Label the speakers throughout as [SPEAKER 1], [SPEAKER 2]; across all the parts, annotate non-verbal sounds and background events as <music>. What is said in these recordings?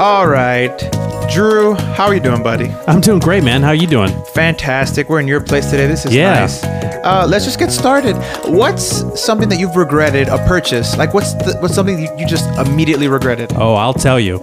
[SPEAKER 1] All right. Drew, how are you doing, buddy?
[SPEAKER 2] I'm doing great, man. How you doing?
[SPEAKER 1] Fantastic. We're in your place today. This is
[SPEAKER 2] Yeah.
[SPEAKER 1] nice. Uh, let's just get started. What's something that you've regretted a purchase? Like, what's the, what's something you, you just immediately regretted?
[SPEAKER 2] Oh, I'll tell you.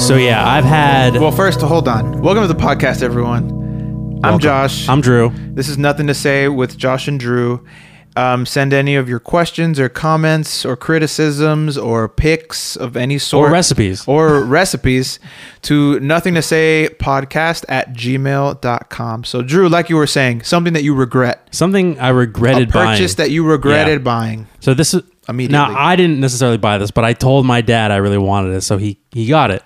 [SPEAKER 2] So yeah, I've had.
[SPEAKER 1] Well, first, hold on. Welcome to the podcast, everyone. I'm
[SPEAKER 2] Welcome.
[SPEAKER 1] Josh.
[SPEAKER 2] I'm Drew.
[SPEAKER 1] This is Nothing to Say with Josh and Drew. Um, send any of your questions or comments or criticisms or picks of any sort
[SPEAKER 2] recipes. <laughs>
[SPEAKER 1] or recipes to nothing to say podcast at gmail.com. So, Drew, like you were saying, something that you regret,
[SPEAKER 2] Something I regretted
[SPEAKER 1] a purchase
[SPEAKER 2] buying.
[SPEAKER 1] that you regretted
[SPEAKER 2] Yeah.
[SPEAKER 1] buying.
[SPEAKER 2] so this is
[SPEAKER 1] Immediately.
[SPEAKER 2] Now I didn't necessarily buy this, but I told my dad I really wanted it, so he he got it.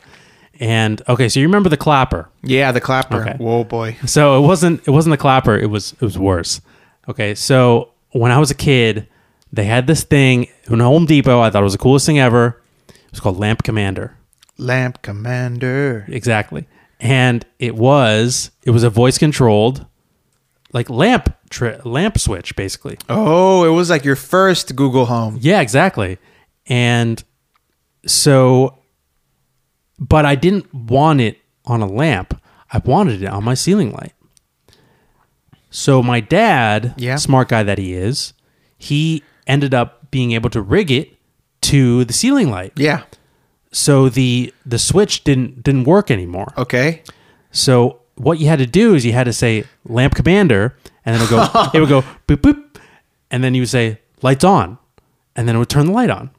[SPEAKER 2] And okay, so you remember the clapper?
[SPEAKER 1] Yeah, the clapper.
[SPEAKER 2] Okay.
[SPEAKER 1] Whoa, boy.
[SPEAKER 2] So it wasn't it wasn't the clapper. It was it was worse. Okay, so when I was a kid, they had this thing in Home Depot. I thought it was the coolest thing ever. It was called Lamp Commander.
[SPEAKER 1] Lamp Commander.
[SPEAKER 2] Exactly, and it was it was a voice controlled, like lamp tri- lamp switch basically.
[SPEAKER 1] Oh, it was like your first Google Home.
[SPEAKER 2] Yeah, exactly. And so, but I didn't want it on a lamp. I wanted it on my ceiling light. So my dad,
[SPEAKER 1] Yeah.
[SPEAKER 2] smart guy that he is, he ended up being able to rig it to the ceiling light.
[SPEAKER 1] Yeah.
[SPEAKER 2] So the the switch didn't didn't work anymore.
[SPEAKER 1] Okay.
[SPEAKER 2] So what you had to do is you had to say lamp commander, and then it would go it would go boop boop, and then you would say lights on, and then it would turn the light on.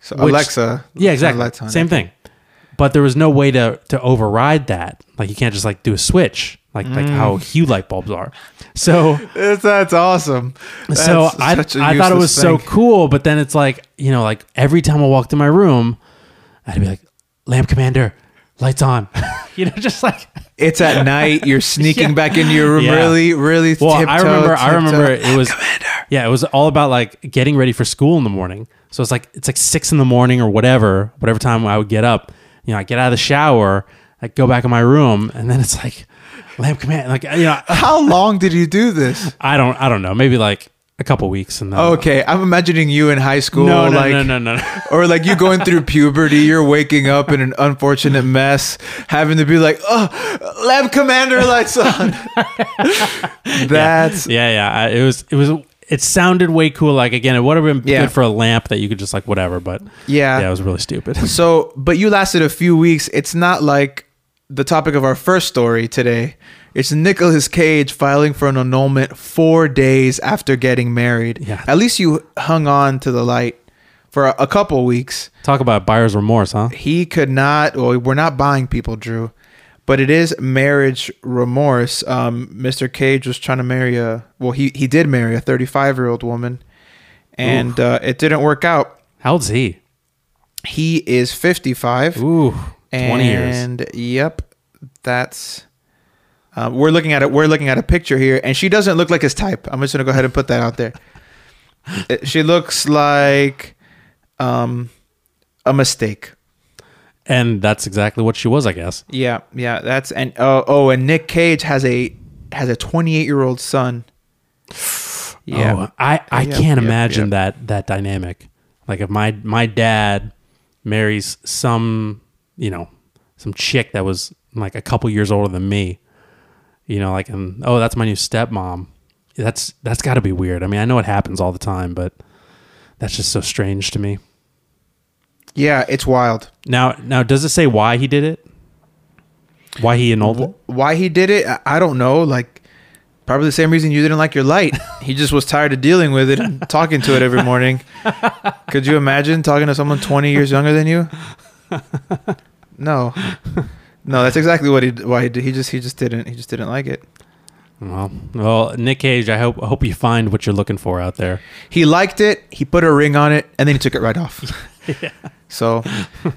[SPEAKER 1] So,
[SPEAKER 2] Which-
[SPEAKER 1] Alexa. turn
[SPEAKER 2] Yeah,
[SPEAKER 1] the
[SPEAKER 2] exactly.
[SPEAKER 1] lights on.
[SPEAKER 2] Same thing. But there was no way to to override that. Like you can't just like do a switch, like like
[SPEAKER 1] Mm.
[SPEAKER 2] how hue light bulbs are.
[SPEAKER 1] <laughs>
[SPEAKER 2] So
[SPEAKER 1] That's, that's awesome. That's
[SPEAKER 2] so I
[SPEAKER 1] such a
[SPEAKER 2] I thought it was
[SPEAKER 1] useless
[SPEAKER 2] so
[SPEAKER 1] thing.
[SPEAKER 2] cool, but then it's like you know like every time I walked in my room, I'd be like lamp commander, lights on, <laughs> you know, just like.
[SPEAKER 1] It's <laughs> at night. You're sneaking
[SPEAKER 2] Yeah.
[SPEAKER 1] back into your room,
[SPEAKER 2] Yeah.
[SPEAKER 1] really, really.
[SPEAKER 2] Well, I
[SPEAKER 1] tiptoe,
[SPEAKER 2] remember. I
[SPEAKER 1] tiptoe.
[SPEAKER 2] remember it was.
[SPEAKER 1] Commander.
[SPEAKER 2] Yeah, it was all about like getting ready for school in the morning. So it's like it's like six in the morning or whatever, whatever time I would get up. You know, I get out of the shower, I go back in my room, and then it's like lamp command. Like you know,
[SPEAKER 1] How long did you do this?
[SPEAKER 2] I don't, I don't know. Maybe like a couple weeks, and then
[SPEAKER 1] Okay, I'm imagining you in high school,
[SPEAKER 2] no, no,
[SPEAKER 1] Oh, like,
[SPEAKER 2] no, no, <laughs> no, no.
[SPEAKER 1] or like you going through puberty. You're waking up in an unfortunate mess, having to be like, "Oh, Lab Commander lights <laughs> on." That's
[SPEAKER 2] yeah, yeah. I, it was, it was. It sounded way cool. Like again, it would have been
[SPEAKER 1] Yeah.
[SPEAKER 2] good for a lamp that you could just like whatever. But
[SPEAKER 1] Yeah.
[SPEAKER 2] yeah, it was really stupid.
[SPEAKER 1] so. But you lasted a few weeks. It's not like the topic of our first story today. It's Nicolas Cage filing for an annulment four days after getting married.
[SPEAKER 2] Yeah.
[SPEAKER 1] At least you hung on to the light for a, a couple weeks.
[SPEAKER 2] Talk about buyer's remorse, huh?
[SPEAKER 1] he could not well we're not buying people drew but it is marriage remorse um, mr cage was trying to marry a well he, he did marry a 35 year old woman and uh, it didn't work out
[SPEAKER 2] How old's he?
[SPEAKER 1] he is 55
[SPEAKER 2] Ooh, twenty years.
[SPEAKER 1] and yep that's uh, we're looking at it we're looking at a picture here and she doesn't look like his type i'm just gonna go ahead and put that out
[SPEAKER 2] <laughs>
[SPEAKER 1] there It- she looks like um, a mistake
[SPEAKER 2] And that's exactly what she was, I guess.
[SPEAKER 1] Yeah, yeah, that's and oh, oh, and Nick Cage has a has a 28 year old son. Yeah,
[SPEAKER 2] Oh, I, I
[SPEAKER 1] Yep, yep,
[SPEAKER 2] can't imagine
[SPEAKER 1] yep.
[SPEAKER 2] that that dynamic. Like if my my dad marries some, you know, some chick that was like a couple years older than me, you know, like and oh, that's my new stepmom. That's that's got to be weird. I mean, I know it happens all the time, but that's just so strange to me.
[SPEAKER 1] yeah, it's wild.
[SPEAKER 2] Now, now does it say why he did it? Why he annulled it?
[SPEAKER 1] Why he did it, I, I don't know. Like probably the same reason you didn't like your light. he just was tired of dealing with it and talking to it every morning. Could you imagine talking to someone 20 years younger than you? No, no, that's exactly what he why he did. He just he just didn't he just didn't like it.
[SPEAKER 2] Well, well, Nick Cage, I hope I hope you find what you're looking for out there.
[SPEAKER 1] He liked it. He put a ring on it, and then he took it right off. So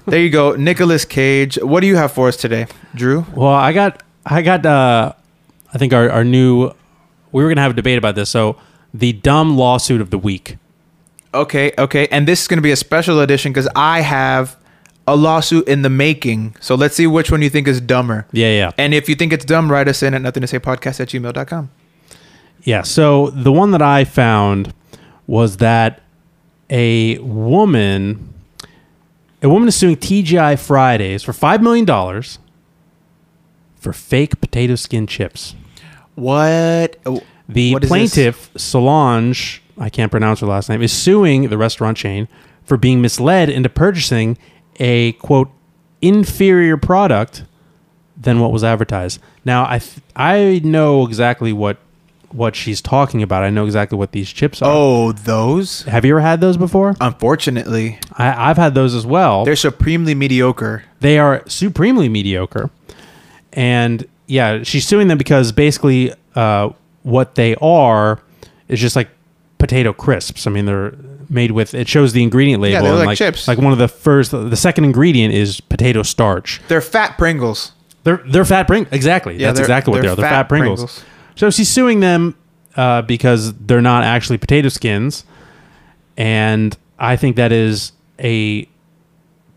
[SPEAKER 1] there you go, Nicolas Cage. What do you have for us today, Drew?
[SPEAKER 2] Well, I got, I got, uh, I think our, our new, we were going to have a debate about this. So the dumb lawsuit of the week.
[SPEAKER 1] okay, okay. And this is going to be a special edition because I have a lawsuit in the making. So let's see which one you think is dumber.
[SPEAKER 2] Yeah, yeah.
[SPEAKER 1] And if you think it's dumb, write us in at nothing to say podcast at gmail.com.
[SPEAKER 2] Yeah. So the one that I found was that a woman, a woman is suing TGI Fridays for five million dollars for fake potato skin chips.
[SPEAKER 1] What? Oh,
[SPEAKER 2] The
[SPEAKER 1] What is this?
[SPEAKER 2] plaintiff Solange, I can't pronounce her last name, is suing the restaurant chain for being misled into purchasing a quote inferior product than what was advertised. Now I th- I know exactly what what she's talking about. I know exactly what these chips are.
[SPEAKER 1] Oh, those?
[SPEAKER 2] Have you ever had those before?
[SPEAKER 1] Unfortunately,
[SPEAKER 2] I, I've had those as well.
[SPEAKER 1] they're supremely mediocre.
[SPEAKER 2] they are supremely mediocre. And yeah, she's suing them because basically uh, what they are is just like potato crisps. I mean, they're made with it shows the ingredient label.
[SPEAKER 1] Yeah, they look
[SPEAKER 2] and,
[SPEAKER 1] like chips.
[SPEAKER 2] Like one of the first, the second ingredient is potato starch.
[SPEAKER 1] They're fat Pringles.
[SPEAKER 2] They're they're fat Pringles. Exactly.
[SPEAKER 1] Yeah,
[SPEAKER 2] That's
[SPEAKER 1] they're-
[SPEAKER 2] exactly what they
[SPEAKER 1] they're
[SPEAKER 2] are. They're
[SPEAKER 1] fat
[SPEAKER 2] fat Pringles.
[SPEAKER 1] Pringles.
[SPEAKER 2] So she's suing them uh, because they're not actually potato skins, and I think that is a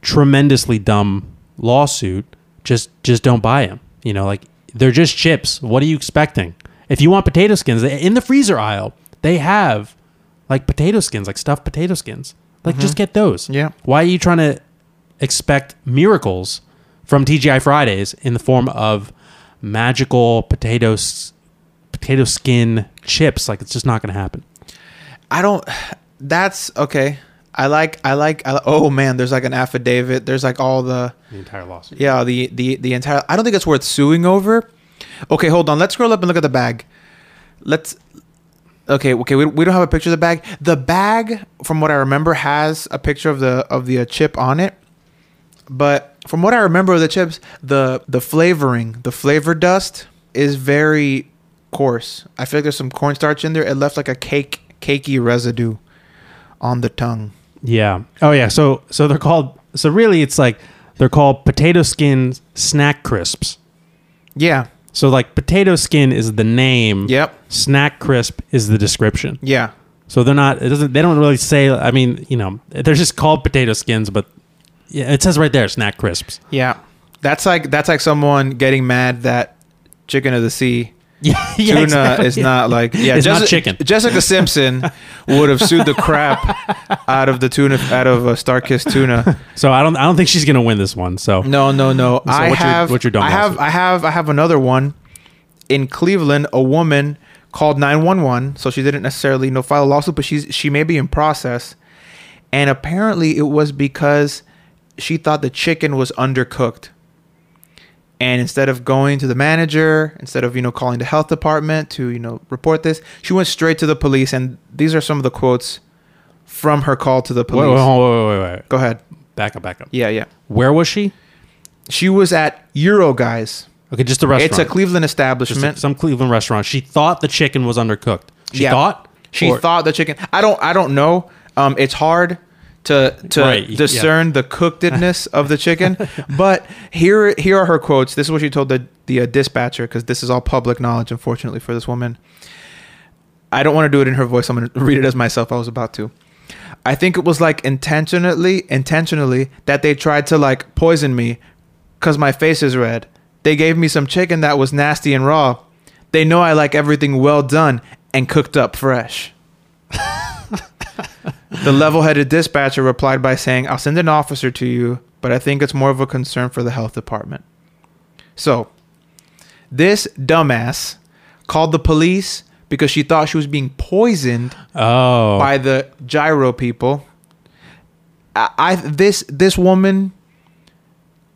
[SPEAKER 2] tremendously dumb lawsuit. Just just don't buy them. You know, like they're just chips. What are you expecting? If you want potato skins in the freezer aisle, they have like potato skins, like stuffed potato skins. Like just get those.
[SPEAKER 1] Mm-hmm. Yeah.
[SPEAKER 2] Why are you trying to expect miracles from TGI Fridays in the form of magical potato s- potato skin chips. Like it's just not going to happen.
[SPEAKER 1] I don't. That's okay. I like. I like. I, oh man, there's like an affidavit. There's like all the.
[SPEAKER 2] The entire lawsuit.
[SPEAKER 1] Yeah, the the the entire. I don't think it's worth suing over. Okay, hold on. Let's scroll up and look at the bag. Let's. Okay, okay. We, we don't have a picture of the bag. The bag, from what I remember, has a picture of the of the uh, chip on it. But from what I remember of the chips, the the flavoring, the flavor dust is very coarse. I feel like there's some cornstarch in there. It left like a cake cakey residue on the tongue.
[SPEAKER 2] Yeah. Oh yeah. So so they're called. So really, it's like they're called potato skin snack crisps.
[SPEAKER 1] Yeah.
[SPEAKER 2] So like potato skin is the name.
[SPEAKER 1] Yep.
[SPEAKER 2] Snack crisp is the description.
[SPEAKER 1] Yeah.
[SPEAKER 2] So they're not. It doesn't. They don't really say. I mean, you know, they're just called potato skins, but yeah, it says right there, snack crisps. <laughs>
[SPEAKER 1] Yeah, that's like that's like someone getting mad that chicken of the sea
[SPEAKER 2] Yeah, <laughs> yeah,
[SPEAKER 1] tuna
[SPEAKER 2] exactly.
[SPEAKER 1] is not like yeah
[SPEAKER 2] It's not
[SPEAKER 1] Jessica-
[SPEAKER 2] chicken.
[SPEAKER 1] Jessica Simpson would have sued the crap out of the tuna out of uh, Starkist tuna.
[SPEAKER 2] So I don't. I don't think she's gonna win this one. So
[SPEAKER 1] No, no, no. I
[SPEAKER 2] what's your-
[SPEAKER 1] have
[SPEAKER 2] what's your dumb
[SPEAKER 1] I have
[SPEAKER 2] lawsuit?
[SPEAKER 1] I have I have another one in Cleveland. A woman called nine one one, so she didn't necessarily no file a lawsuit, but she's she may be in process. And apparently, it was because she thought the chicken was undercooked. And instead of going to the manager, instead of you know calling the health department to you know report this, she went straight to the police. And these are some of the quotes from her call to the
[SPEAKER 2] wait,
[SPEAKER 1] police.
[SPEAKER 2] wait, wait, wait, wait, wait.
[SPEAKER 1] Go ahead.
[SPEAKER 2] Back up, back up.
[SPEAKER 1] Yeah, yeah.
[SPEAKER 2] Where was she?
[SPEAKER 1] She was at Euro Guys.
[SPEAKER 2] Okay, just a restaurant.
[SPEAKER 1] It's a Cleveland
[SPEAKER 2] Just
[SPEAKER 1] establishment.
[SPEAKER 2] some Cleveland restaurant. She thought the chicken was undercooked. She
[SPEAKER 1] Yeah.
[SPEAKER 2] thought.
[SPEAKER 1] she
[SPEAKER 2] Or-
[SPEAKER 1] thought the chicken. I don't. I don't know. Um, it's hard to to
[SPEAKER 2] Right, yeah.
[SPEAKER 1] discern the cookedness of the
[SPEAKER 2] <laughs>
[SPEAKER 1] chicken. But here here are her quotes. This is what she told the the uh, dispatcher because this is all public knowledge, unfortunately, for this woman. I don't want to do it in her voice. I'm going to <laughs> read it as myself. I was about to. I think it was like intentionally, intentionally that they tried to like poison me because my face is red. They gave me some chicken that was nasty and raw. They know I like everything well done and cooked up fresh. the level headed dispatcher replied by saying, I'll send an officer to you, but I think it's more of a concern for the health department. So, this dumbass called the police because she thought she was being poisoned
[SPEAKER 2] Oh.
[SPEAKER 1] by the gyro people. I, I this this woman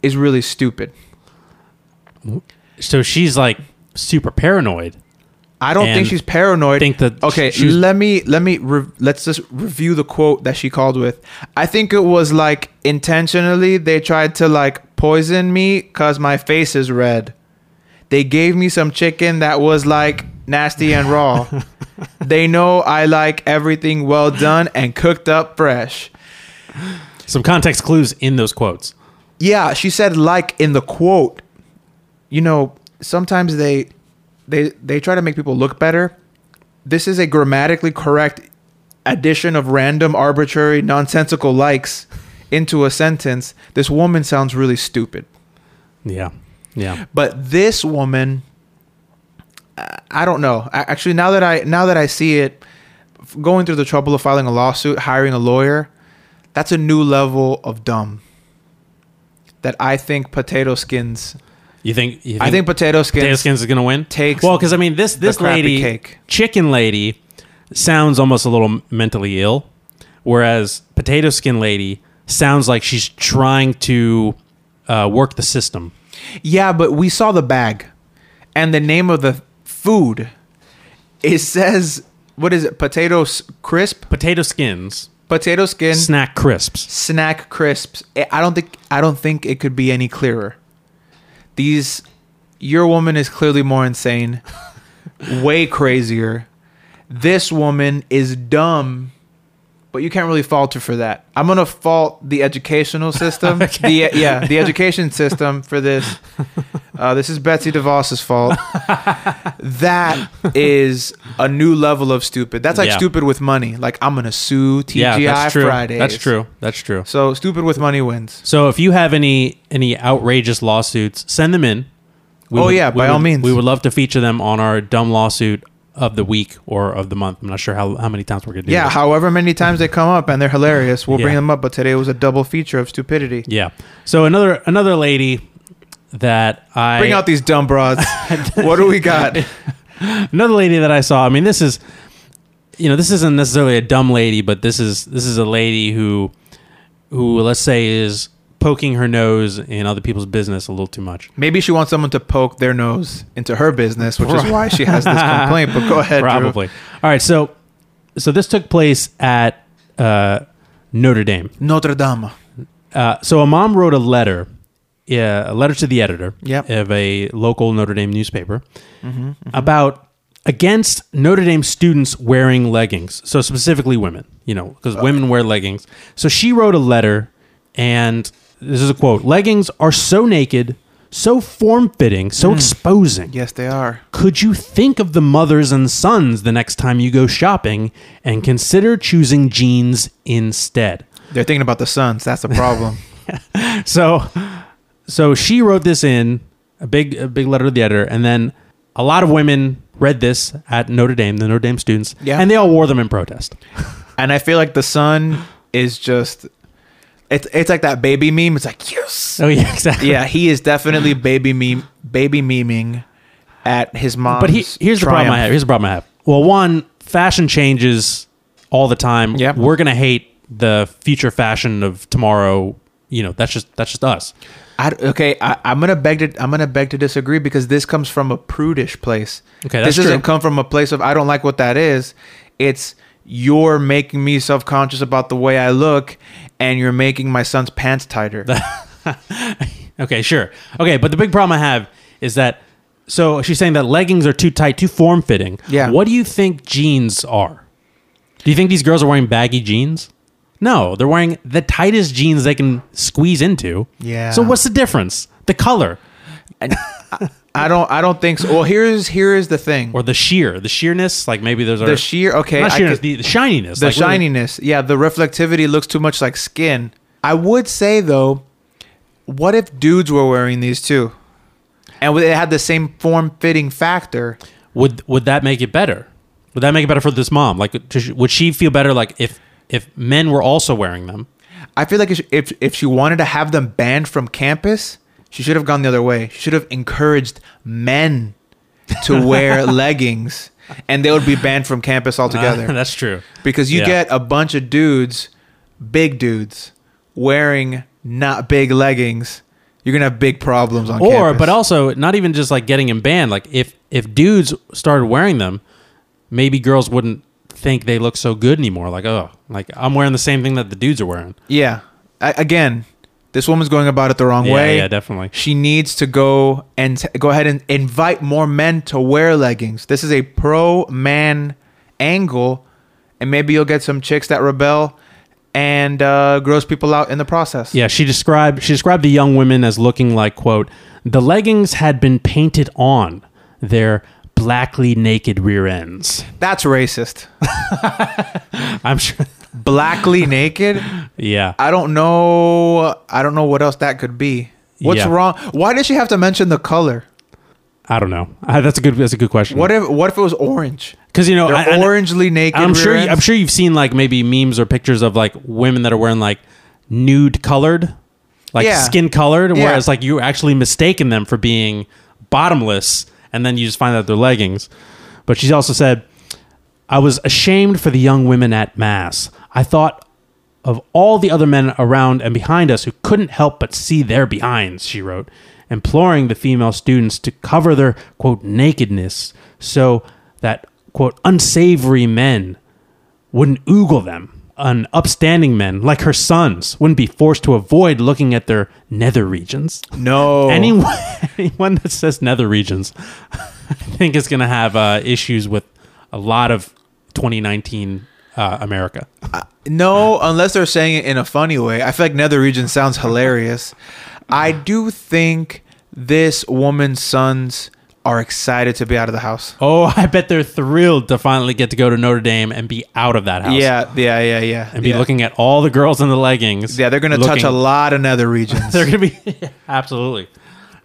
[SPEAKER 1] is really stupid.
[SPEAKER 2] so she's like super paranoid.
[SPEAKER 1] I don't think
[SPEAKER 2] And
[SPEAKER 1] she's paranoid.
[SPEAKER 2] think that
[SPEAKER 1] okay,
[SPEAKER 2] she was-
[SPEAKER 1] let me let me re- let's just review the quote that she called with. I think it was like intentionally they tried to like poison me cuz my face is red. They gave me some chicken that was like nasty and
[SPEAKER 2] <laughs>
[SPEAKER 1] raw. they know I like everything well done and cooked up fresh.
[SPEAKER 2] Some context clues in those quotes.
[SPEAKER 1] Yeah, she said like in the quote. You know, sometimes they they they try to make people look better. This is a grammatically correct addition of random, arbitrary, nonsensical likes into a sentence, this woman sounds really stupid.
[SPEAKER 2] Yeah. Yeah.
[SPEAKER 1] But this woman, I- I don't know. I, actually, now that I now that I see it, f- going through the trouble of filing a lawsuit, hiring a lawyer, that's a new level of dumb. That I think potato skins.
[SPEAKER 2] You think? You think
[SPEAKER 1] I think potato skins.
[SPEAKER 2] Potato Skins is going to win?
[SPEAKER 1] takes
[SPEAKER 2] well, because I mean, this this
[SPEAKER 1] crappy
[SPEAKER 2] lady,
[SPEAKER 1] cake.
[SPEAKER 2] chicken lady, sounds almost a little mentally ill, whereas Potato Skin lady sounds like she's trying to uh, work the system.
[SPEAKER 1] Yeah, but we saw the bag, and the name of the food. It says what is it? Potato s- crisp,
[SPEAKER 2] Potato Skins
[SPEAKER 1] potato skin,
[SPEAKER 2] snack crisps.
[SPEAKER 1] snack crisps. I I don't think I don't think it could be any clearer. These your woman is clearly more insane,
[SPEAKER 2] <laughs>
[SPEAKER 1] way crazier. This woman is dumb, but you can't really fault her for that. I'm gonna fault the educational
[SPEAKER 2] <laughs>
[SPEAKER 1] system,
[SPEAKER 2] Okay.
[SPEAKER 1] the yeah, the education system for
[SPEAKER 2] <laughs>
[SPEAKER 1] this. Uh, this is Betsy DeVos's fault. that is a new level of stupid. That's like
[SPEAKER 2] Yeah.
[SPEAKER 1] stupid with money. Like I'm gonna sue TGI
[SPEAKER 2] yeah, that's true.
[SPEAKER 1] Fridays.
[SPEAKER 2] That's true. That's true.
[SPEAKER 1] So stupid with money wins.
[SPEAKER 2] So if you have any any outrageous lawsuits, send them in. We
[SPEAKER 1] Oh, yeah,
[SPEAKER 2] we
[SPEAKER 1] by all
[SPEAKER 2] would-
[SPEAKER 1] means.
[SPEAKER 2] we would love to feature them on our dumb lawsuit of the week or of the month. I'm not sure how, how many times we're gonna do.
[SPEAKER 1] Yeah,
[SPEAKER 2] this.
[SPEAKER 1] however many times they come up and they're hilarious, we'll bring
[SPEAKER 2] Yeah.
[SPEAKER 1] them up. But today was a double feature of stupidity.
[SPEAKER 2] Yeah. So another another lady that I
[SPEAKER 1] Bring out these dumb
[SPEAKER 2] <laughs>
[SPEAKER 1] broads. what do we got?
[SPEAKER 2] another lady that I saw. I mean, this is you know this isn't necessarily a dumb lady, but this is this is a lady who who let's say is poking her nose in other people's business a little too much.
[SPEAKER 1] Maybe she wants someone to poke their nose into her business, which is why she has this complaint. But go ahead, Drew.
[SPEAKER 2] Probably. All right. So so this took place at uh, Notre Dame.
[SPEAKER 1] Notre Dame.
[SPEAKER 2] Uh, so a mom wrote a letter, yeah, a letter to the editor
[SPEAKER 1] Yep.
[SPEAKER 2] of a local Notre Dame newspaper about against Notre Dame students wearing leggings. So specifically women, you know, because women wear leggings. So she wrote a letter, and this is a quote: "Leggings are so naked." So form fitting, so exposing.
[SPEAKER 1] Yes, they are.
[SPEAKER 2] Could you think of the mothers and sons the next time you go shopping and consider choosing jeans instead?
[SPEAKER 1] They're thinking about the sons. That's the
[SPEAKER 2] <laughs>
[SPEAKER 1] problem.
[SPEAKER 2] so so she wrote this in a big a big letter to the editor and then a lot of women read this at Notre Dame, the Notre Dame students,
[SPEAKER 1] Yeah.
[SPEAKER 2] and they all wore them in protest.
[SPEAKER 1] and I feel like the son is just. It's it's like that baby meme. It's like yes.
[SPEAKER 2] Oh yeah, <laughs> exactly.
[SPEAKER 1] Yeah, he is definitely baby meme baby memeing at his mom's.
[SPEAKER 2] But he, here's the problem I have. Here's the problem I have. Well, one, fashion changes all the time.
[SPEAKER 1] Yep.
[SPEAKER 2] We're gonna hate the future fashion of tomorrow. You know, that's just that's just us.
[SPEAKER 1] I, okay, I, I'm gonna beg to I'm gonna beg to disagree because this comes from a prudish place.
[SPEAKER 2] Okay, that's
[SPEAKER 1] this doesn't
[SPEAKER 2] true.
[SPEAKER 1] come from a place of I don't like what that is. It's you're making me self conscious about the way I look, and you're making my son's pants
[SPEAKER 2] <laughs>
[SPEAKER 1] tighter.
[SPEAKER 2] Okay, sure. Okay, but the big problem I have is that so she's saying that leggings are too tight, too form fitting.
[SPEAKER 1] Yeah.
[SPEAKER 2] What do you think jeans are? Do you think these girls are wearing baggy jeans? No, they're wearing the tightest jeans they can squeeze into.
[SPEAKER 1] Yeah.
[SPEAKER 2] So what's the difference? The color
[SPEAKER 1] And I, I don't I don't think so. Well, here's here is the thing.
[SPEAKER 2] or the sheer, the sheerness? Like maybe those are
[SPEAKER 1] The sheer okay,
[SPEAKER 2] not
[SPEAKER 1] I
[SPEAKER 2] sheerness,
[SPEAKER 1] could-
[SPEAKER 2] the, the shininess.
[SPEAKER 1] the
[SPEAKER 2] like really-
[SPEAKER 1] shininess. Yeah, the reflectivity looks too much like skin. I would say though, what if dudes were wearing these too, and they had the same form fitting factor?
[SPEAKER 2] would would that make it better? Would that make it better for this mom? Like, does she- would she feel better? Like if if men were also wearing them?
[SPEAKER 1] I feel like if she, if, if she wanted to have them banned from campus, she should have gone the other way. She should have encouraged men
[SPEAKER 2] <laughs>
[SPEAKER 1] to wear leggings, and they would be banned from campus altogether.
[SPEAKER 2] <laughs> That's true.
[SPEAKER 1] because you
[SPEAKER 2] Yeah.
[SPEAKER 1] get a bunch of dudes, big dudes, wearing not big leggings. You're gonna have big problems on
[SPEAKER 2] or
[SPEAKER 1] campus.
[SPEAKER 2] but also not even just like getting them banned like if if dudes started wearing them maybe girls wouldn't think they look so good anymore like oh like i'm wearing the same thing that the dudes are wearing
[SPEAKER 1] yeah. I, again, this woman's going about it the wrong
[SPEAKER 2] yeah
[SPEAKER 1] way.
[SPEAKER 2] yeah definitely
[SPEAKER 1] She needs to go and t- go ahead and invite more men to wear leggings. This is a pro man angle, and maybe you'll get some chicks that rebel and uh, gross people out in the process.
[SPEAKER 2] yeah she described she described the young women as looking like quote the leggings had been painted on their blackly naked rear ends.
[SPEAKER 1] That's racist.
[SPEAKER 2] I'm sure.
[SPEAKER 1] Blackly naked.
[SPEAKER 2] <laughs> Yeah.
[SPEAKER 1] I don't know. I don't know what else that could be. What's
[SPEAKER 2] Yeah.
[SPEAKER 1] wrong? Why did she have to mention the color?
[SPEAKER 2] I don't know. Uh, that's a good. That's a good question.
[SPEAKER 1] What if what if it was orange?
[SPEAKER 2] Because you know,
[SPEAKER 1] They're
[SPEAKER 2] Hmm. Oh, I- I-
[SPEAKER 1] orangely naked.
[SPEAKER 2] I'm
[SPEAKER 1] rear
[SPEAKER 2] sure.
[SPEAKER 1] ends?
[SPEAKER 2] I'm sure you've seen like maybe memes or pictures of like women that are wearing like nude colored, like
[SPEAKER 1] Yeah.
[SPEAKER 2] skin colored,
[SPEAKER 1] Yeah.
[SPEAKER 2] whereas like you're actually mistaken them for being bottomless, and then you just find out they're leggings. But she's also said, "I was ashamed for the young women at mass. I thought." Of all the other men around and behind us who couldn't help but see their behinds, she wrote, imploring the female students to cover their, quote, nakedness so that, quote, unsavory men wouldn't ogle them. An upstanding men, like her sons, wouldn't be forced to avoid looking at their nether regions. Oh.
[SPEAKER 1] No.
[SPEAKER 2] Anyone, <laughs> anyone that says nether regions, <laughs> I think is going to have uh, issues with a lot of 2019 uh, America. <laughs>
[SPEAKER 1] No, unless they're saying it in a funny way. I feel like nether region sounds hilarious. I
[SPEAKER 2] Uh-huh.
[SPEAKER 1] do think this woman's sons are excited to be out of the house.
[SPEAKER 2] Oh, I bet they're thrilled to finally get to go to Notre Dame and be out of that house.
[SPEAKER 1] Yeah, yeah, yeah, yeah.
[SPEAKER 2] And be
[SPEAKER 1] yeah.
[SPEAKER 2] looking at all the girls in the leggings.
[SPEAKER 1] Yeah, they're going to touch
[SPEAKER 2] looking-
[SPEAKER 1] a lot of nether regions.
[SPEAKER 2] <laughs> They're going to be. Absolutely.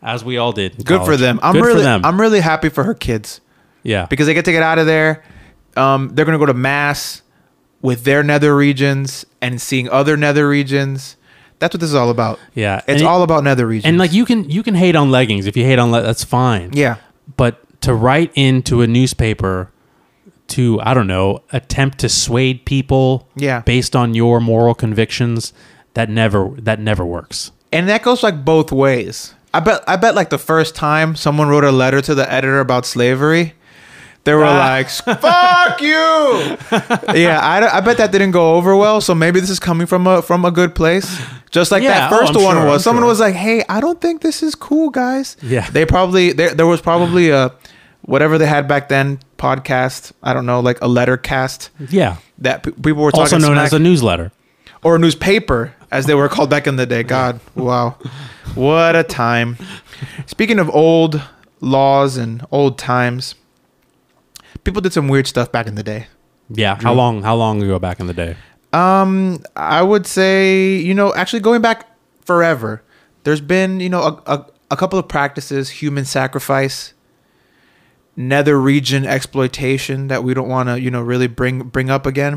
[SPEAKER 2] As we all did. in
[SPEAKER 1] Good for
[SPEAKER 2] college.
[SPEAKER 1] them. I'm
[SPEAKER 2] Good
[SPEAKER 1] really
[SPEAKER 2] for them.
[SPEAKER 1] I'm really happy for her kids
[SPEAKER 2] yeah.
[SPEAKER 1] because they get to get out of there. Um, they're going to go to mass with their nether regions and seeing other nether regions. That's what this is all about.
[SPEAKER 2] Yeah.
[SPEAKER 1] It's
[SPEAKER 2] And-
[SPEAKER 1] all about nether regions.
[SPEAKER 2] And like you can you can hate on leggings if you hate on le- that's fine.
[SPEAKER 1] yeah.
[SPEAKER 2] But to write into a newspaper to I don't know attempt to sway people
[SPEAKER 1] Yeah.
[SPEAKER 2] based on your moral convictions that never that never works.
[SPEAKER 1] and that goes like both ways. I bet I bet like the first time someone wrote a letter to the editor about slavery, they
[SPEAKER 2] Ah.
[SPEAKER 1] were
[SPEAKER 2] <laughs>
[SPEAKER 1] like, "Fuck you." yeah, I, don't- I bet that didn't go over well. So maybe this is coming from a from a good place, just like
[SPEAKER 2] Yeah,
[SPEAKER 1] that
[SPEAKER 2] oh,
[SPEAKER 1] first
[SPEAKER 2] I'm
[SPEAKER 1] one
[SPEAKER 2] sure,
[SPEAKER 1] was.
[SPEAKER 2] I'm
[SPEAKER 1] someone
[SPEAKER 2] sure.
[SPEAKER 1] was like, "Hey, I don't think this is cool, guys."
[SPEAKER 2] Yeah.
[SPEAKER 1] they probably there there was probably a whatever they had back then podcast. I don't know, like a letter cast
[SPEAKER 2] Yeah.
[SPEAKER 1] that pe- people were talking
[SPEAKER 2] Also known
[SPEAKER 1] smack-
[SPEAKER 2] as a newsletter.
[SPEAKER 1] or a newspaper as they were called back in the day. God, wow. What a time. Speaking of old laws and old times, people did some weird stuff back in the day.
[SPEAKER 2] Yeah. How long how long ago back in the day? <laughs>
[SPEAKER 1] Um, I would say, you know, actually going back forever, there's been, you know, a, a, a couple of practices, human sacrifice, nether region exploitation that we don't want to, you know, really bring bring up again.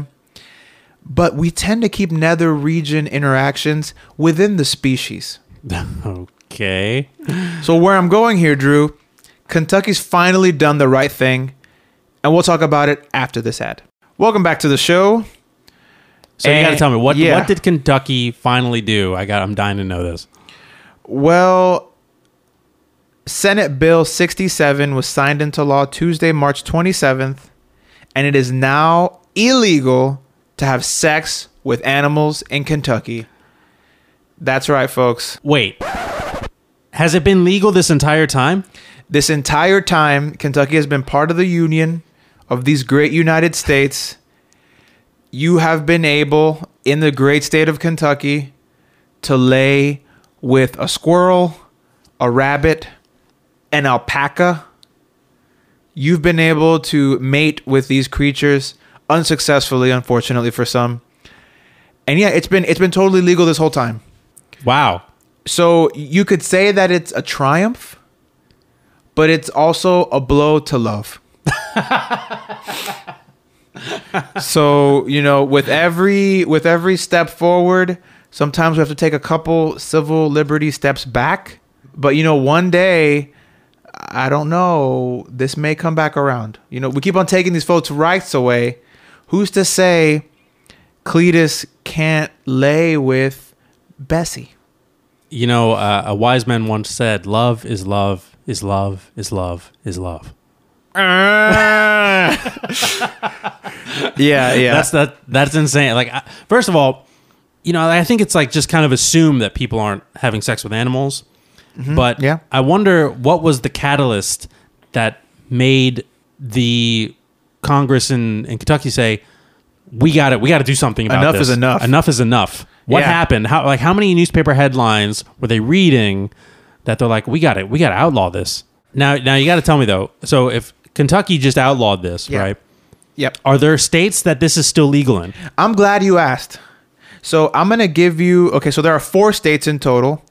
[SPEAKER 1] But we tend to keep nether region interactions within the species.
[SPEAKER 2] okay.
[SPEAKER 1] So where I'm going here, Drew, Kentucky's finally done the right thing, and we'll talk about it after this ad. Welcome back to the show.
[SPEAKER 2] So you
[SPEAKER 1] And-
[SPEAKER 2] got to tell me what
[SPEAKER 1] yeah.
[SPEAKER 2] what did Kentucky finally do? I got I'm dying to know this.
[SPEAKER 1] Well, Senate Bill 67 was signed into law Tuesday, March 27th, and it is now illegal to have sex with animals in Kentucky. That's right, folks.
[SPEAKER 2] Wait. Has it been legal this entire time?
[SPEAKER 1] This entire time, Kentucky has been part of the union of these great United States. You have been able, in the great state of Kentucky, to lay with a squirrel, a rabbit, an alpaca. You've been able to mate with these creatures unsuccessfully, unfortunately for some. And yeah, it's been it's been totally legal this whole time.
[SPEAKER 2] Wow.
[SPEAKER 1] So you could say that it's a triumph, but it's also a blow to love. so you know, with every with every step forward, sometimes we have to take a couple civil liberty steps back. But you know, one day, I don't know, this may come back around. You know, we keep on taking these folks' rights away. Who's to say Cletus can't lay with Bessie?
[SPEAKER 2] You know, uh, a wise man once said, "Love is love is love is love is love."
[SPEAKER 1] <laughs> yeah, yeah.
[SPEAKER 2] That's that. That's insane. Like, I, first of all, you know, I think it's like just kind of assume that people aren't having sex with animals, but
[SPEAKER 1] Mm-hmm. yeah.
[SPEAKER 2] I wonder what was the catalyst that made the Congress in, in Kentucky say, "We got it. We got to do something about
[SPEAKER 1] Enough is
[SPEAKER 2] this.
[SPEAKER 1] enough."
[SPEAKER 2] Enough is enough." What
[SPEAKER 1] Yeah.
[SPEAKER 2] happened? How like how many newspaper headlines were they reading that they're like, "We got it. We got to outlaw this." Now, now you got to tell me though. So if Kentucky just outlawed this,
[SPEAKER 1] Yeah.
[SPEAKER 2] right?
[SPEAKER 1] Yep.
[SPEAKER 2] Are there states that this is still legal in?
[SPEAKER 1] I'm glad you asked. So I'm gonna give you. Okay, so there are four states in total.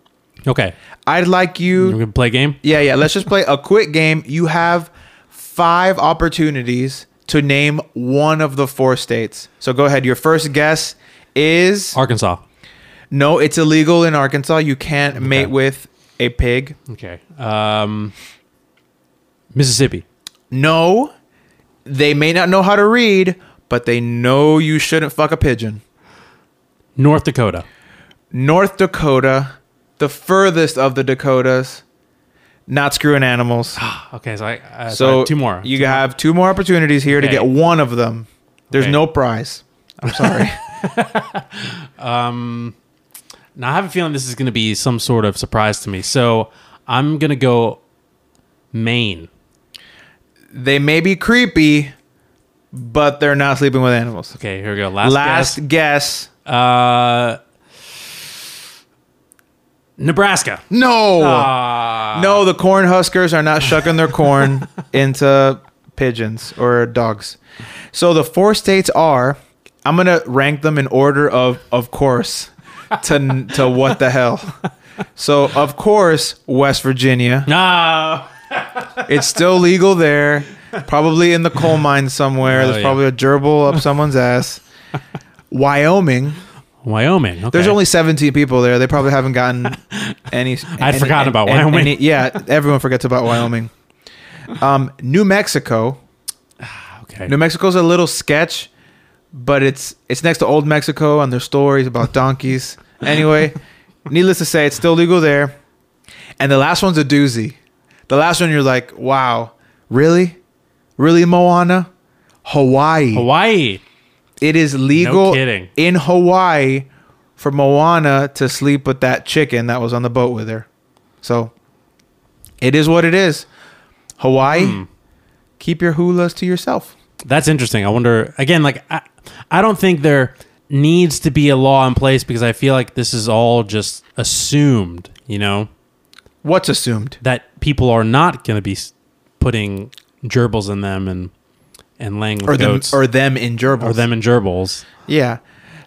[SPEAKER 2] Okay,
[SPEAKER 1] I'd like
[SPEAKER 2] you
[SPEAKER 1] you.
[SPEAKER 2] gonna play a game?
[SPEAKER 1] Yeah, yeah. Let's just play a quick game. You have five opportunities to name one of the four states. So go ahead. Your first guess is
[SPEAKER 2] Arkansas.
[SPEAKER 1] no. It's illegal in Arkansas. You can't mate with a pig.
[SPEAKER 2] Okay. Um, Mississippi.
[SPEAKER 1] No, they may not know how to read, but they know you shouldn't fuck a pigeon.
[SPEAKER 2] North Dakota.
[SPEAKER 1] North Dakota, the furthest of the Dakotas, not screwing animals.
[SPEAKER 2] <sighs> Okay, so I uh, so, I
[SPEAKER 1] so
[SPEAKER 2] have two more.
[SPEAKER 1] You have two more opportunities here to
[SPEAKER 2] Okay.
[SPEAKER 1] get one of them. There's
[SPEAKER 2] Okay.
[SPEAKER 1] no prize. I'm sorry.
[SPEAKER 2] now I have a feeling this is gonna be some sort of surprise to me. So I'm gonna go Maine.
[SPEAKER 1] <laughs> they may be creepy, but they're not sleeping with animals.
[SPEAKER 2] Okay, here we go. Last,
[SPEAKER 1] Last
[SPEAKER 2] guess.
[SPEAKER 1] guess.
[SPEAKER 2] Uh, Nebraska.
[SPEAKER 1] No.
[SPEAKER 2] Ah,
[SPEAKER 1] No, the corn huskers are not shucking their
[SPEAKER 2] <laughs>
[SPEAKER 1] corn into pigeons or dogs. So the four states are. I'm gonna rank them in order of, of course, to to what the hell. So of course, West Virginia.
[SPEAKER 2] no.
[SPEAKER 1] It's still legal there. Probably in the coal mine somewhere.
[SPEAKER 2] Oh,
[SPEAKER 1] There's
[SPEAKER 2] yeah.
[SPEAKER 1] probably a gerbil up someone's ass. Wyoming.
[SPEAKER 2] Wyoming. Okay.
[SPEAKER 1] There's only 17 people there. They probably haven't gotten
[SPEAKER 2] <laughs>
[SPEAKER 1] any.
[SPEAKER 2] I'd
[SPEAKER 1] any-
[SPEAKER 2] forgotten about
[SPEAKER 1] any-
[SPEAKER 2] Wyoming.
[SPEAKER 1] any- yeah, everyone forgets about Wyoming. Um, New Mexico.
[SPEAKER 2] okay.
[SPEAKER 1] New Mexico's a little sketch, but it's it's next to Old Mexico, and there's stories about donkeys. Anyway, needless to say, it's still legal there. And the last one's a doozy. The last one, you're like, wow, really, really, Moana, Hawaii.
[SPEAKER 2] Hawaii.
[SPEAKER 1] It is legal
[SPEAKER 2] kidding.
[SPEAKER 1] in Hawaii for Moana to sleep with that chicken that was on the boat with her. So it is what it is. Hawaii,
[SPEAKER 2] Hmm.
[SPEAKER 1] keep your hulas to yourself.
[SPEAKER 2] That's interesting. I wonder again. Like I, I don't think there needs to be a law in place because I feel like this is all just assumed. You know
[SPEAKER 1] What's assumed?
[SPEAKER 2] that people are not going to be s- putting gerbils in them and and laying with
[SPEAKER 1] Or them,
[SPEAKER 2] goats
[SPEAKER 1] or them in gerbils.
[SPEAKER 2] or them in gerbils.
[SPEAKER 1] Yeah.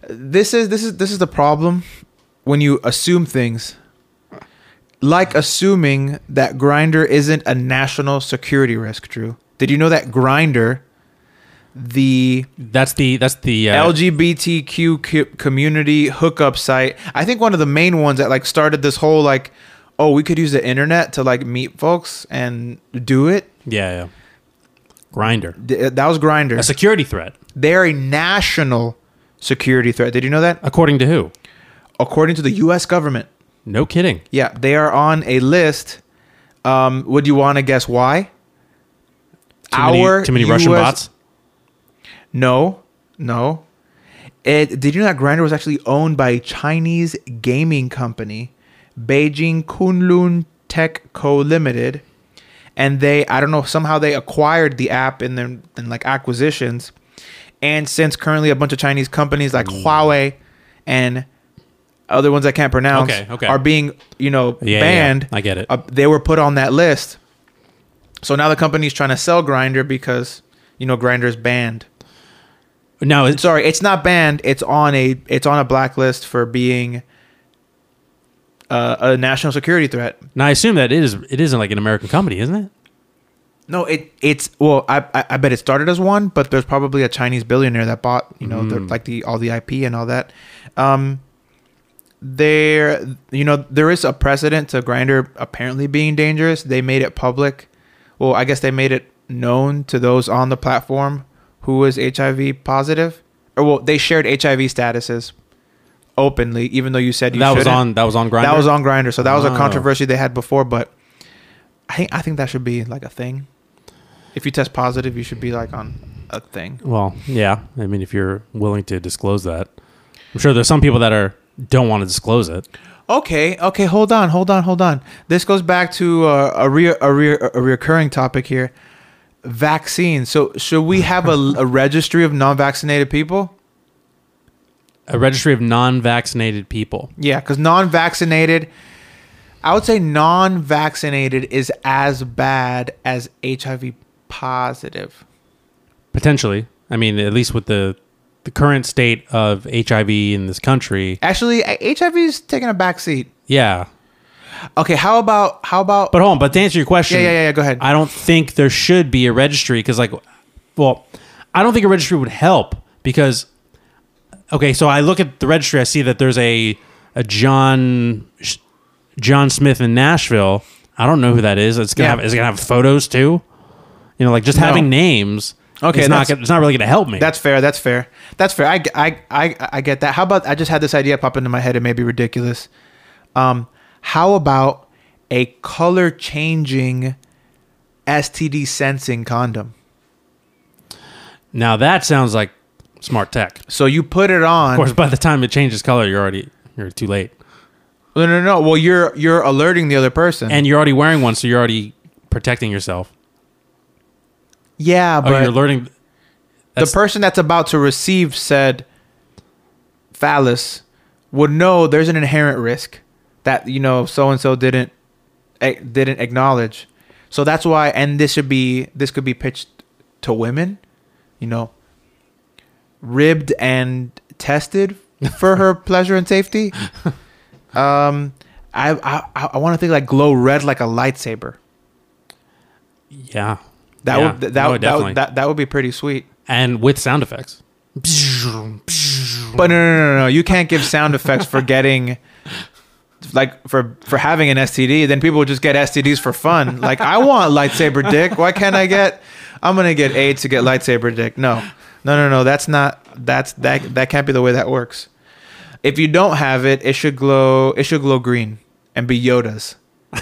[SPEAKER 1] This is this is this is the problem when you assume things. Like assuming that Grinder isn't a national security risk, Drew. Did you know that Grinder, the
[SPEAKER 2] That's the that's the uh,
[SPEAKER 1] LGBTQ cu- community hookup site. I think one of the main ones that like started this whole like, oh, we could use the internet to like meet folks and do it.
[SPEAKER 2] yeah, yeah grinder.
[SPEAKER 1] Th- uh, That was Grinder.
[SPEAKER 2] A security threat,
[SPEAKER 1] They're a national security threat. Did you know that?
[SPEAKER 2] according to who?
[SPEAKER 1] According to the U.S. government,
[SPEAKER 2] No kidding.
[SPEAKER 1] yeah, they are on a list. Um, would you want to guess why?
[SPEAKER 2] Too many, too many Russian
[SPEAKER 1] US
[SPEAKER 2] bots.
[SPEAKER 1] No, no. It, did you know that Grinder was actually owned by a Chinese gaming company, Beijing Kunlun Tech Co. Limited, and they I don't know somehow they acquired the app in their in like acquisitions, and since currently a bunch of Chinese companies like Huawei and other ones I can't pronounce
[SPEAKER 2] Okay, okay.
[SPEAKER 1] are being you know
[SPEAKER 2] Yeah, yeah, yeah.
[SPEAKER 1] banned.
[SPEAKER 2] I get it.
[SPEAKER 1] uh, they were put on that list, so now the company's trying to sell Grinder because you know Grinder's banned
[SPEAKER 2] No, it's
[SPEAKER 1] sorry, it's not banned. It's on a it's on a blacklist for being uh, a national security threat.
[SPEAKER 2] now I assume that it is it isn't like an American company, isn't it?
[SPEAKER 1] No, it it's well, I I, I bet it started as one, but there's probably a Chinese billionaire that bought you know the,
[SPEAKER 2] Mm.
[SPEAKER 1] like the all the IP and all that. Um, there you know there is a precedent to Grinder apparently being dangerous. They made it public. Well, I guess they made it known to those on the platform who was HIV positive, or well, they shared HIV statuses openly, even though you said you
[SPEAKER 2] that was
[SPEAKER 1] shouldn't.
[SPEAKER 2] on that was on grinder.
[SPEAKER 1] That was on Grinder, so that was a
[SPEAKER 2] Oh.
[SPEAKER 1] controversy they had before. But I think I think that should be like a thing. If you test positive, you should be like on a thing.
[SPEAKER 2] Well, yeah. I mean, if you're willing to disclose that, I'm sure there's some people that are don't want to disclose it.
[SPEAKER 1] Okay, okay, hold on, hold on, hold on. This goes back to uh, a re- a re- a recurring topic here: vaccines. So should we have a,
[SPEAKER 2] <laughs>
[SPEAKER 1] a registry of non-vaccinated people?
[SPEAKER 2] A registry of non-vaccinated people.
[SPEAKER 1] Yeah, because non-vaccinated, I would say non-vaccinated is as bad as HIV positive.
[SPEAKER 2] Potentially. I mean, at least with the the current state of HIV in this country.
[SPEAKER 1] Actually, I- HIV's taking a backseat.
[SPEAKER 2] Yeah.
[SPEAKER 1] Okay, how about how about?
[SPEAKER 2] But hold on, but to answer your question,
[SPEAKER 1] yeah, yeah, yeah, yeah. Go ahead.
[SPEAKER 2] I don't think there should be a registry because, like, well, I don't think a registry would help because, okay, so I look at the registry, I see that there's a a John John Smith in Nashville. I don't know who that is. It's gonna
[SPEAKER 1] Yeah.
[SPEAKER 2] have is it gonna have photos too? You know, like just
[SPEAKER 1] No.
[SPEAKER 2] having names.
[SPEAKER 1] Okay,
[SPEAKER 2] it's not
[SPEAKER 1] that's-
[SPEAKER 2] gonna, it's not really gonna help me.
[SPEAKER 1] That's fair. That's fair. That's fair. I, g- I- I- I get that. How about I just had this idea pop into my head. It may be ridiculous. Um, how about a color changing STD sensing condom?
[SPEAKER 2] now that sounds like smart tech. Of
[SPEAKER 1] So you put it on.
[SPEAKER 2] course, by the time it changes color, you're already you're too late,
[SPEAKER 1] No, no, no. Well, you're you're alerting the other person.
[SPEAKER 2] and you're already wearing one, so you're already protecting yourself.
[SPEAKER 1] yeah,
[SPEAKER 2] Oh,
[SPEAKER 1] but
[SPEAKER 2] you're learning.
[SPEAKER 1] the person that's about to receive said phallus would know there's an inherent risk that you know so and so didn't eh, didn't acknowledge. So that's why, and this should be this could be pitched to women, you know, ribbed and tested for
[SPEAKER 2] <laughs>
[SPEAKER 1] her pleasure and safety. Um, I I, I want to think like glow red like a lightsaber.
[SPEAKER 2] Yeah.
[SPEAKER 1] That
[SPEAKER 2] Yeah.
[SPEAKER 1] would th- that,
[SPEAKER 2] No,
[SPEAKER 1] would that
[SPEAKER 2] definitely.
[SPEAKER 1] would that, that would be pretty sweet.
[SPEAKER 2] and with sound effects.
[SPEAKER 1] But no, no, no, no, no. You can't give sound effects for getting, like, for for having an STD. Then people would just get STDs for fun. Like, I want lightsaber dick. Why can't I get? I'm gonna get AIDS to get lightsaber dick. No, no, no, no. That's not. That's that. That can't be the way that works. If you don't have it, it should glow. It should glow green and be Yoda's,
[SPEAKER 2] <laughs>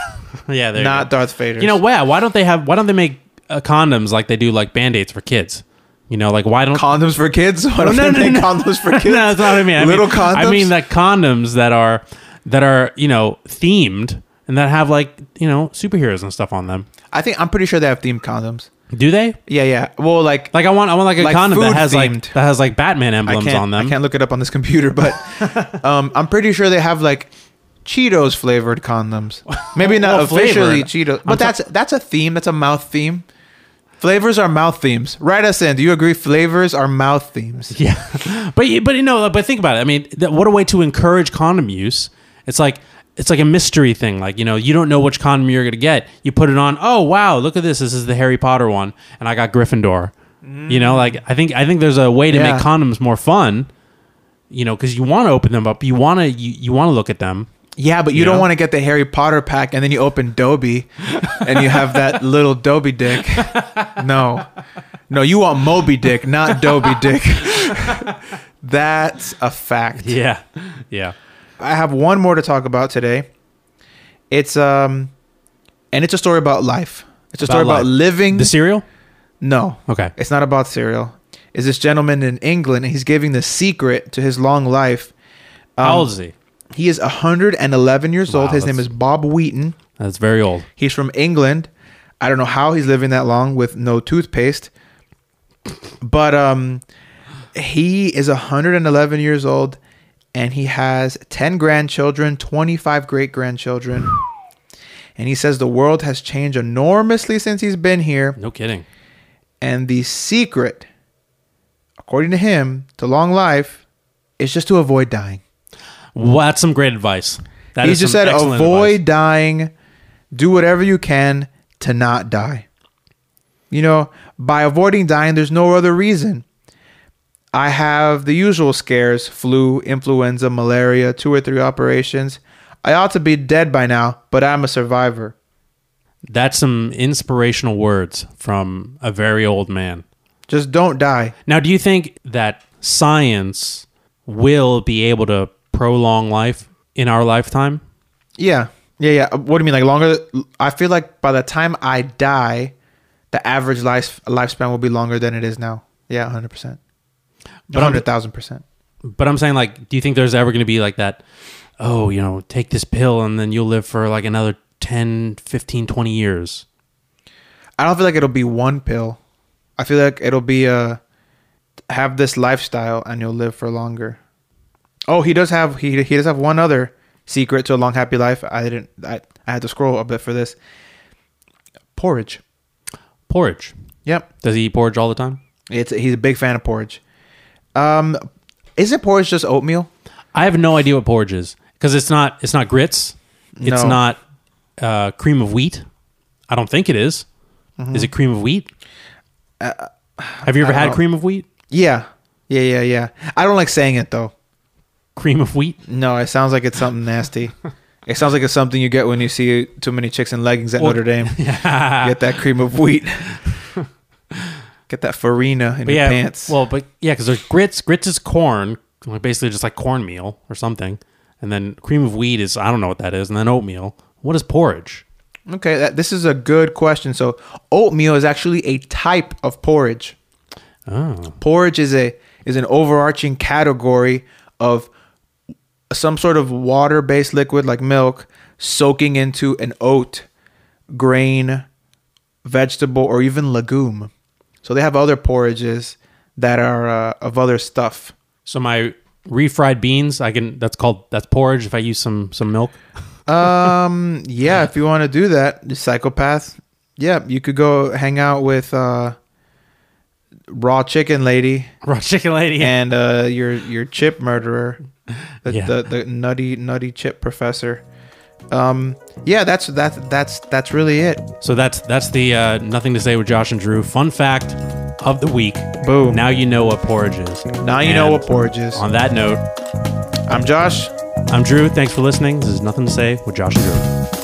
[SPEAKER 2] yeah, there
[SPEAKER 1] not
[SPEAKER 2] you,
[SPEAKER 1] Darth Vader's.
[SPEAKER 2] go. you know wow, why don't they have why don't they make uh, condoms like they do like band-aids for kids? You know, like why don't
[SPEAKER 1] condoms for kids. <laughs> Why don't they
[SPEAKER 2] No, no,
[SPEAKER 1] make
[SPEAKER 2] no.
[SPEAKER 1] condoms for kids?
[SPEAKER 2] <laughs> No, that's not what I mean. I
[SPEAKER 1] Little
[SPEAKER 2] mean,
[SPEAKER 1] condoms?
[SPEAKER 2] I mean like condoms that are that are, you know, themed and that have like, you know, superheroes and stuff on them.
[SPEAKER 1] I think I'm pretty sure they have themed condoms.
[SPEAKER 2] Do they?
[SPEAKER 1] Yeah, yeah. Well, like
[SPEAKER 2] Like I want I want like a
[SPEAKER 1] Like
[SPEAKER 2] condom that
[SPEAKER 1] food
[SPEAKER 2] has like
[SPEAKER 1] themed.
[SPEAKER 2] that has like Batman
[SPEAKER 1] I
[SPEAKER 2] emblems
[SPEAKER 1] can't,
[SPEAKER 2] on them.
[SPEAKER 1] I can't look it up on this computer,
[SPEAKER 2] <laughs>
[SPEAKER 1] but um, I'm pretty sure they have like Cheetos flavored condoms.
[SPEAKER 2] <laughs>
[SPEAKER 1] Maybe not
[SPEAKER 2] Well,
[SPEAKER 1] officially
[SPEAKER 2] flavored.
[SPEAKER 1] Cheetos,
[SPEAKER 2] I'm
[SPEAKER 1] but that's that's a theme. That's a mouth theme. Flavors are mouth themes. Write us in. Do you agree? Flavors are mouth themes.
[SPEAKER 2] <laughs> Yeah, but you- but you know, but think about it. I mean, that, what a way to encourage condom use. It's like it's like a mystery thing. Like you know, you don't know which condom you're gonna get. You put it on. Oh wow, look at this. This is the Harry Potter one, and I got Gryffindor. You know, like I think I think there's a way to
[SPEAKER 1] Yeah.
[SPEAKER 2] make condoms more fun. You know, because you want to open them up. You want to you, you want to look
[SPEAKER 1] <laughs>
[SPEAKER 2] at them.
[SPEAKER 1] Yeah, but you
[SPEAKER 2] You
[SPEAKER 1] don't
[SPEAKER 2] know?
[SPEAKER 1] want to get the Harry Potter pack and then you open Dobby and you have
[SPEAKER 2] <laughs>
[SPEAKER 1] that little Dobby dick. No. No, you want Moby Dick, not Dobby
[SPEAKER 2] <laughs>
[SPEAKER 1] Dick. That's a fact.
[SPEAKER 2] Yeah, yeah.
[SPEAKER 1] I have one more to talk about today. It's um, and it's a story about life. It's a
[SPEAKER 2] About
[SPEAKER 1] story about
[SPEAKER 2] life.
[SPEAKER 1] living.
[SPEAKER 2] The cereal.
[SPEAKER 1] no,
[SPEAKER 2] Okay.
[SPEAKER 1] it's not about cereal. Is this gentleman in England? And he's giving the secret to his long life. Um,
[SPEAKER 2] How old is he?
[SPEAKER 1] He is 111 years old.
[SPEAKER 2] Wow,
[SPEAKER 1] His name is
[SPEAKER 2] that's-
[SPEAKER 1] Bob Wheaton.
[SPEAKER 2] That's very old.
[SPEAKER 1] He's from England. I don't know how he's living that long with no toothpaste. But um he is 111 years old and he has 10 grandchildren, 25 great grandchildren. And he says the world has changed enormously since he's been here.
[SPEAKER 2] No kidding.
[SPEAKER 1] And the secret, according to him, to long life is just to avoid dying.
[SPEAKER 2] Well, that's some great advice. That
[SPEAKER 1] he
[SPEAKER 2] is
[SPEAKER 1] just
[SPEAKER 2] some
[SPEAKER 1] said
[SPEAKER 2] excellent
[SPEAKER 1] avoid
[SPEAKER 2] advice.
[SPEAKER 1] dying do whatever you can to not die you know by avoiding dying there's no other reason i have the usual scares flu influenza malaria two or three operations i ought to be dead by now but i'm a survivor
[SPEAKER 2] That's some inspirational words from a very old man.
[SPEAKER 1] just don't die
[SPEAKER 2] Now, do you think that science will be able to prolong life in our lifetime?
[SPEAKER 1] yeah yeah yeah what do you mean like longer i feel like by the time i die the average life lifespan will be longer than it is now yeah 100%
[SPEAKER 2] But I'm-
[SPEAKER 1] 100000%
[SPEAKER 2] But I'm saying, like, do you think there's ever going to be like that, oh, you know, take this pill and then you'll live for like another 10, 15, 20 years?
[SPEAKER 1] I don't feel like it'll be one pill. I feel like it'll be uh have this lifestyle and you'll live for longer. Oh, he does have he he does have one other secret to a long happy life. I didn't I I had to scroll a bit for this. Porridge.
[SPEAKER 2] Porridge.
[SPEAKER 1] Yep.
[SPEAKER 2] Does he eat porridge all the time?
[SPEAKER 1] It's he's a big fan of porridge. Um, isn't porridge just oatmeal?
[SPEAKER 2] I have no idea what porridge is because it's not it's not grits. It's
[SPEAKER 1] No.
[SPEAKER 2] not uh, cream of wheat. I don't think it is. Is it cream of wheat? have you
[SPEAKER 1] Mm-hmm. Uh, I
[SPEAKER 2] ever
[SPEAKER 1] don't
[SPEAKER 2] had
[SPEAKER 1] know.
[SPEAKER 2] cream of wheat?
[SPEAKER 1] Yeah. Yeah, yeah, yeah. I don't like saying it though.
[SPEAKER 2] Cream of wheat.
[SPEAKER 1] No, it sounds like it's something
[SPEAKER 2] <laughs>
[SPEAKER 1] nasty. It sounds like it's something you get when you see too many chicks in leggings at
[SPEAKER 2] Well-
[SPEAKER 1] Notre Dame.
[SPEAKER 2] <laughs> yeah.
[SPEAKER 1] Get that cream of
[SPEAKER 2] <laughs>
[SPEAKER 1] wheat. get that farina in
[SPEAKER 2] But
[SPEAKER 1] your
[SPEAKER 2] yeah,
[SPEAKER 1] pants.
[SPEAKER 2] Well, but yeah, because there's grits. Grits is corn, like basically just like cornmeal or something. And then cream of wheat is I don't know what that is. And then oatmeal. What is porridge?
[SPEAKER 1] okay, that, this is a good question. So, oatmeal is actually a type of porridge.
[SPEAKER 2] Oh,
[SPEAKER 1] porridge is a is an overarching category of some sort of water-based liquid like milk soaking into an oat, grain, vegetable, or even legume. So they have other porridges that are uh, of other stuff.
[SPEAKER 2] so my refried beans. I can. That's called that's porridge. If I use some some milk. <laughs>
[SPEAKER 1] Um, yeah, if you want to do that, the psychopath. Yeah, you could go hang out with uh, raw chicken lady.
[SPEAKER 2] Raw chicken lady.
[SPEAKER 1] and uh, your your chip murderer, the,
[SPEAKER 2] Yeah.
[SPEAKER 1] the the nutty nutty chip professor. Um, yeah, that's that's that's that's really it.
[SPEAKER 2] So that's that's the uh, nothing to say with Josh and Drew. Fun fact of the week.
[SPEAKER 1] Boom.
[SPEAKER 2] Now you know what porridge is.
[SPEAKER 1] Now you know what porridge is.
[SPEAKER 2] On that note,
[SPEAKER 1] I'm Josh.
[SPEAKER 2] I'm Drew. Thanks for listening. This is nothing to say with Josh and Drew.